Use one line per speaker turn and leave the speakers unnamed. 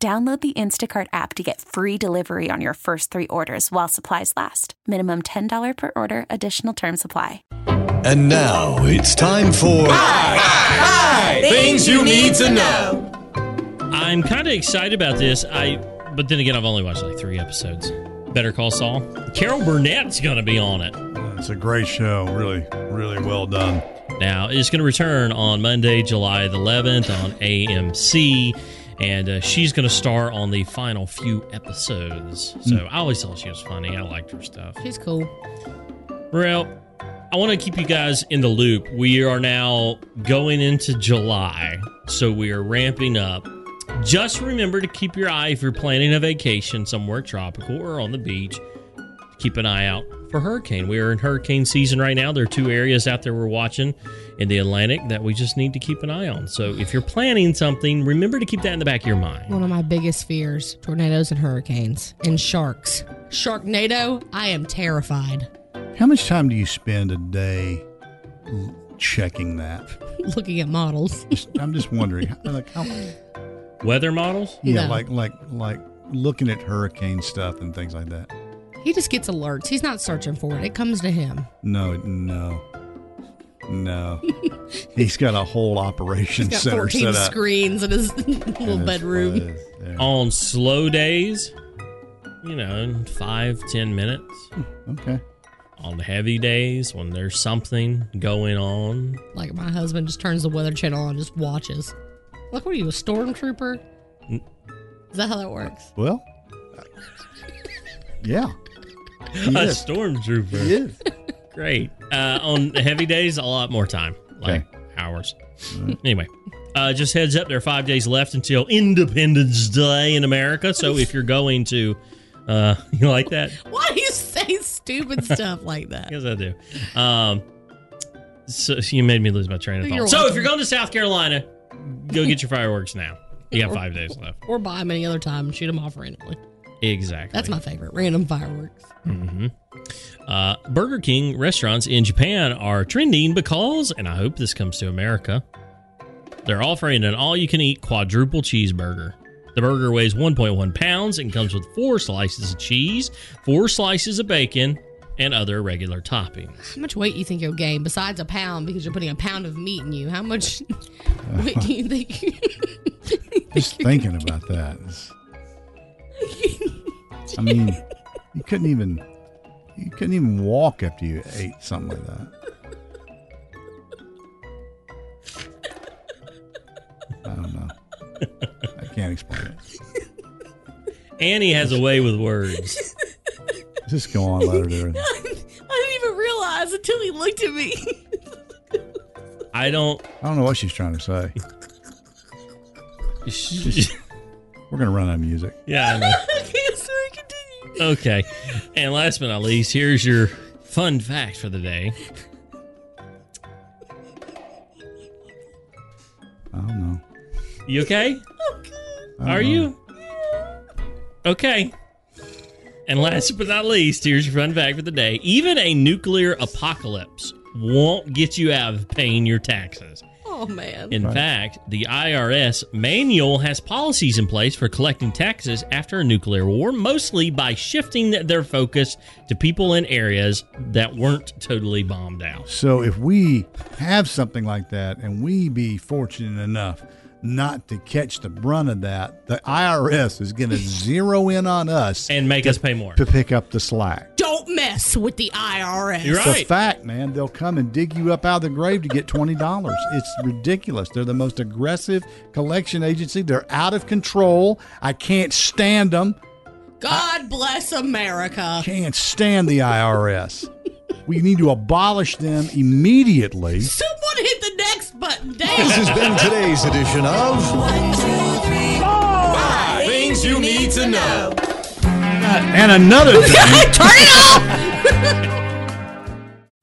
Download the Instacart app to get free delivery on your first three orders while supplies last. Minimum $10 per order, additional term supply.
And now it's time for
Things you need to know.
I'm kind of excited about this. I, but then again, I've only watched like three episodes. Better Call Saul. Carol Burnett's going to be on it.
It's a great show. Really, really well done.
Now it's going to return on Monday, July the 11th on AMC, and uh, she's going to star on the final few episodes. So I always thought she was funny. I liked her stuff.
She's cool.
Well, I want to keep you guys in the loop. We are now going into July, so we are ramping up. Just remember to keep your eye if you're planning a vacation somewhere tropical or on the beach. Keep an eye out for hurricane. We are in hurricane season right now. There are two areas out there we're watching in the Atlantic that we just need to keep an eye on. So if you're planning something, remember to keep that in the back of your mind.
One of my biggest fears tornadoes and hurricanes and sharks. Sharknado, I am terrified.
How much time do you spend a day l- checking that?
Looking at models.
Just- I'm just wondering. like, how,
Weather models?
yeah,
No.
like like like looking at hurricane stuff and things like that.
He just gets alerts. He's not searching for it, it comes to him.
No, no, no. He's got a whole operation
He's got
center
14
set up.
screens in his little
And it's-
bedroom.
it's- yeah.
On slow days, you know, in five, ten minutes.
Oh.
Okay.
on heavy days when there's something going on.
Like my husband just turns the weather channel on and just watches. Like, what are you, a stormtrooper?
N-
Is that how that works?
Well, yeah. He
A
is.
stormtrooper.
He is.
Great. Uh, on heavy days, a lot more time, like hours. Anyway, uh, just heads up, there are five days left until Independence Day in America. So if you're going to, uh, you like that?
Why do you say stupid stuff like that?
Yes, I do. Um, so you made me lose my train of
You're
thought. So if
welcome.
you're going to South Carolina, go get your fireworks now. You have five days left.
Or buy them any other time and shoot them off randomly.
Exactly.
That's my favorite. Random fireworks.
hmm Uh, Burger King restaurants in Japan are trending because, and I hope this comes to America, they're offering an all you can eat quadruple cheeseburger. The burger weighs 1.1 pounds and comes with four slices of cheese, four slices of bacon, and other regular toppings.
How much weight you think you'll gain besides a pound because you're putting a pound of meat in you? How much weight do you think?
Just thinking about that. is- I mean, you couldn't even you couldn't even walk after you ate something like that. I don't know. I can't explain it.
Annie has a way with words.
Just go on, let her do it.
I didn't even realize until he looked at me.
I don't.
I don't know what she's trying to say. We're gonna run out of music.
yeah, I know.
okay, sorry, continue.
Okay. And last but not least, here's your fun fact for the day.
I don't know.
You okay?
I don't
Are
know.
you? Okay. And last but not least, here's your fun fact for the day. Even a nuclear apocalypse won't get you out of paying your taxes.
Oh, man.
In
Right.
fact, the IRS manual has policies in place for collecting taxes after a nuclear war, mostly by shifting their focus to people in areas that weren't totally bombed out.
So if we have something like that and we be fortunate enough not to catch the brunt of that, the IRS is going to zero in on us
And make us pay more.
to pick up the slack.
Don't mess with the IRS.
You're
It's a
right.
fact, man. They'll come and dig you up out of the grave to get $20. It's ridiculous. They're the most aggressive collection agency. They're out of control. I can't stand them.
God bless America.
Can't stand the IRS. We need to abolish them immediately.
Someone hit the next button.
This
Damn.
has been today's edition of
Things Things you need to know.
And another thing.
Turn it off!